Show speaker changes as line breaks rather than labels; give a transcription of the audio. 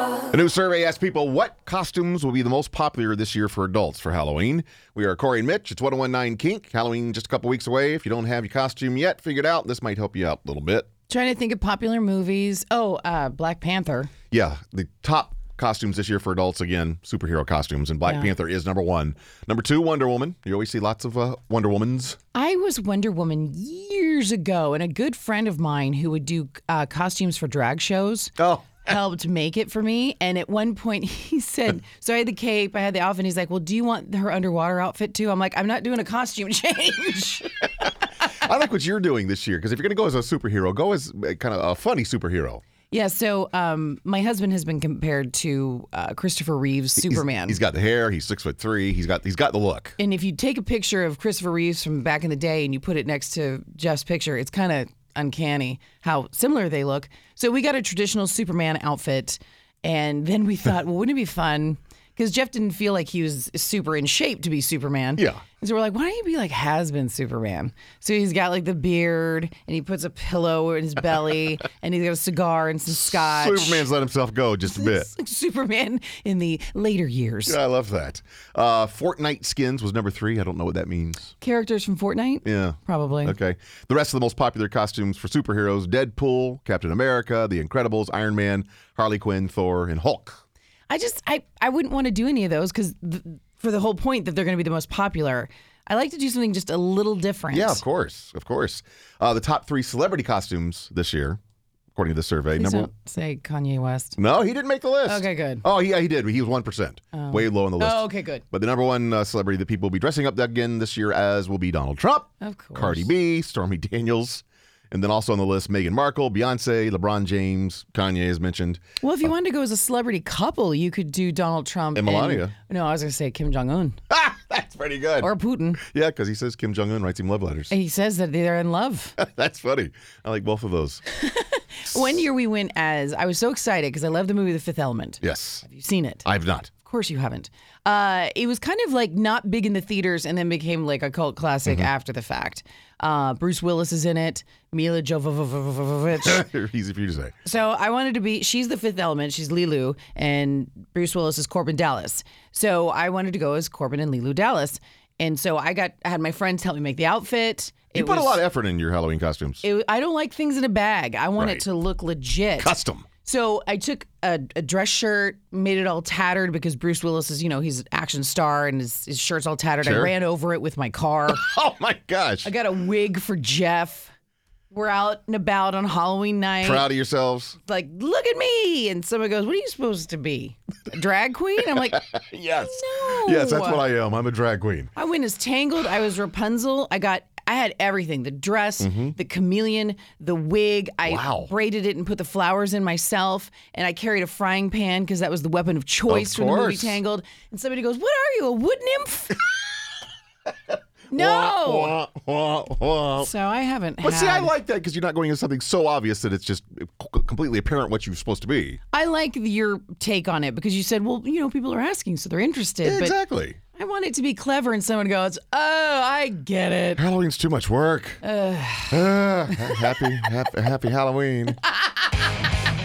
A new survey asked people what costumes will be the most popular this year for adults for Halloween. We are Corey and Mitch. It's 1019 Kink. Halloween just a couple weeks away. If you don't have your costume yet figured out, this might help you out a little bit.
Trying to think of popular movies. Oh, uh, Black Panther.
Yeah, the top costumes this year for adults again, superhero costumes, and Black
Yeah.
Panther is number one. Number two, Wonder Woman. You always see lots of uh, Wonder Womans.
I was Wonder Woman years ago, and a good friend of mine who would do uh, costumes for drag shows
Oh,
helped make it for me. And at one point, he said, So I had the cape, I had the outfit, and he's like, Well, do you want her underwater outfit too? I'm like, I'm not doing a costume change.
I like what you're doing this year because if you're going to go as a superhero, go as uh, kind of a funny superhero.
yeah, so um, my husband has been compared to uh, Christopher Reeve's Superman.
He's got the hair. He's six foot three. He's got he's got the look.
and if you take a picture of Christopher Reeves from back in the day and you put it next to Jeff's picture, it's kind of uncanny how similar they look. So we got a traditional Superman outfit, and then we thought, well, wouldn't it be fun? Because Jeff didn't feel like he was super in shape to be Superman.
Yeah.
And so we're like, why don't you be like has been Superman? So he's got like the beard, and he puts a pillow in his belly, and he's got a cigar and some scotch.
Superman's let himself go just a bit.
It's like Superman in the later years.
Yeah, I love that. Uh, Fortnite skins was number three. I don't know what that means.
Characters from Fortnite?
Yeah.
Probably.
Okay. The rest of the most popular costumes for superheroes Deadpool, Captain America, The Incredibles, Iron Man, Harley Quinn, Thor, and Hulk.
I just I I wouldn't want to do any of those because th- for the whole point that they're going to be the most popular. I like to do something just a little different.
Yeah, of course. Of course. Uh, the top three celebrity costumes this year, according to the survey.
Please
number
don't say Kanye West.
No, he didn't make the list.
Okay, good.
Oh, yeah, he did. He was 1%. Way low on the list.
Oh, okay, good.
But the number one uh, celebrity that people will be dressing up again this year as will be Donald Trump,
Of course.
Cardi B, Stormy Daniels, and then also on the list Meghan Markle, Beyonce, LeBron James, Kanye is mentioned.
Well, if you wanted to go as a celebrity couple, you could do Donald Trump
And Melania.
no, I was going to say Kim Jong Un
Ah, that's pretty good.
or Putin.
yeah, because he says Kim Jong Un writes him love letters.
He says that they're in love.
that's funny. I like both of those.
One year we went as I was so excited because I love the movie The Fifth Element.
Yes,
Have you seen it?
I've not.
Of course you haven't. Uh, it was kind of like not big in the theaters and then became like a cult classic
Mm-hmm.
after the fact. Uh, Bruce Willis is in it. Mila Jovovich.
Easy for you to say.
so I wanted to be. She's the Fifth Element. She's Lilu, and Bruce Willis is Corbin Dallas. So I wanted to go as Corbin and Lilu Dallas. And so I got I had my friends help me make the outfit.
You put a lot of effort in your Halloween costumes.
It, I don't like things in a bag. I want
Right.
it to look legit.
Custom.
So I took a, a dress shirt, made it all tattered because Bruce Willis is, you know, he's an action star and his, his shirt's all tattered. I
Sure.
ran over it with my car.
Oh my gosh.
I got a wig for Jeff. We're out and about on Halloween night.
Proud of yourselves.
Like, look at me. And someone goes, What are you supposed to be? A drag queen? I'm like,
Yes.
No.
Yes, that's what I am. I'm a drag queen.
I went as Tangled. I was Rapunzel. I got. I had everything the dress, the chameleon, the wig. I
Mm-hmm. Wow.
braided it and put the flowers in myself. And I carried a frying pan because that was the weapon of choice
Of
from the movie
course.
Tangled. And somebody goes, What are you, a wood nymph? no.
Wah, wah, wah, wah.
So I haven't
But
had.
see, I like that because you're not going into something so obvious that it's just c- completely apparent what you're supposed to be.
I like your take on it because you said, Well, you know, people are asking, so they're interested. But
exactly.
I want it to be clever. And someone goes, Oh, I get it.
Halloween's too much work. Ah, ha- happy, happy, happy Halloween.